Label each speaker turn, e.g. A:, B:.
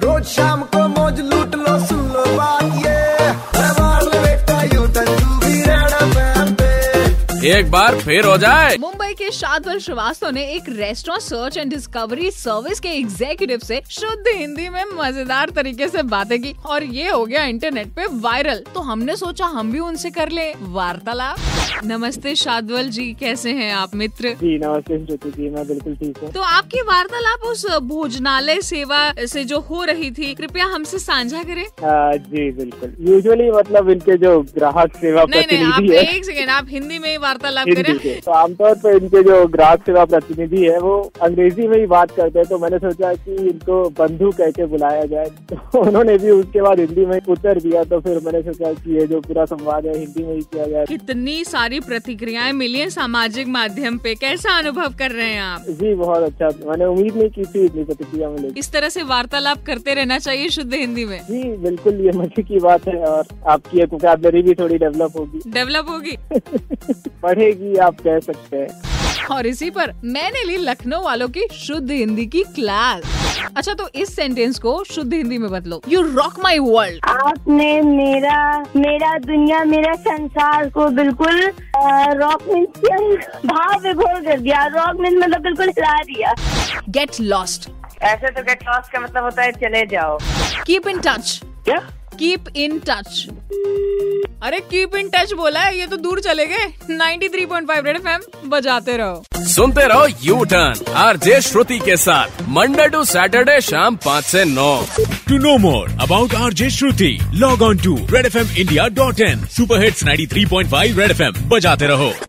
A: रोज शाम को मौज लूट लो सुन लो बात ये मैं मार लो बेटा यूं तंजू भी रहना पैर पे
B: एक बार फिर हो जाए
C: मुंबई के शादवर श्रीवास्तव ने एक restaurant search and discovery service के एग्जीक्यूटिव से शुद्ध हिंदी में मजेदार तरीके से बातें की और ये हो गया इंटरनेट पे वायरल तो हमने सोचा हम भी उनसे कर ले वार्तालाप नमस्ते शादवल जी कैसे हैं आप मित्र
D: जी नमस्ते ज्योति जी मैं बिल्कुल ठीक हूँ
C: तो आपकी वार्तालाप उस भोजनालय सेवा से जो हो रही थी कृपया हमसे साझा करें
D: आ, जी बिल्कुल यूजुअली मतलब इनके जो ग्राहक सेवा
C: नहीं नहीं आप
D: प्रतिनिधि है
C: एक सेकेंड आप हिंदी में ही वार्तालाप
D: हिंदी
C: करें
D: के तो आमतौर पर इनके जो ग्राहक सेवा प्रतिनिधि है वो अंग्रेजी में ही बात करते हैं तो मैंने सोचा कि इनको बंधु कह के बुलाया जाए तो उन्होंने भी उसके बाद हिंदी में उत्तर दिया तो फिर मैंने सोचा कि ये जो पूरा संवाद है हिंदी में ही किया जाए
C: कितनी सारी प्रतिक्रियाएं मिली हैं सामाजिक माध्यम पे कैसा अनुभव कर रहे हैं आप
D: जी बहुत अच्छा मैंने उम्मीद नहीं की थी इतनी प्रतिक्रिया मिलेगी
C: इस तरह से वार्तालाप करते रहना चाहिए शुद्ध हिंदी में
D: जी बिल्कुल ये मजे की बात है और आपकी एक मुकाबलरी भी थोड़ी डेवलप होगी
C: डेवलप होगी
D: बढ़ेगी आप कह सकते हैं
C: और इसी पर मैंने ली लखनऊ वालों की शुद्ध हिंदी की क्लास अच्छा तो इस सेंटेंस को शुद्ध हिंदी में बदलो यू रॉक माई वर्ल्ड
E: आपने मेरा मेरा दुनिया मेरा संसार को बिल्कुल रॉक मीन्स भाव विभोर कर दिया रॉक मीन्स मतलब बिल्कुल हिला दिया
C: गेट लॉस्ट
F: ऐसे तो गेट लॉस का मतलब होता है चले जाओ
C: कीप इन टच
D: क्या
C: कीप इन टच अरे कीप इन टच बोला है ये तो दूर चले गए 93.5 रेड एफएम बजाते रहो
B: सुनते रहो यू टर्न आरजे श्रुति के साथ मंडे टू सैटरडे शाम पाँच से नौ
G: To know more about RJ Shruti, log on to redfmindia.in. Superhits 93.5 Red FM. बजाते रहो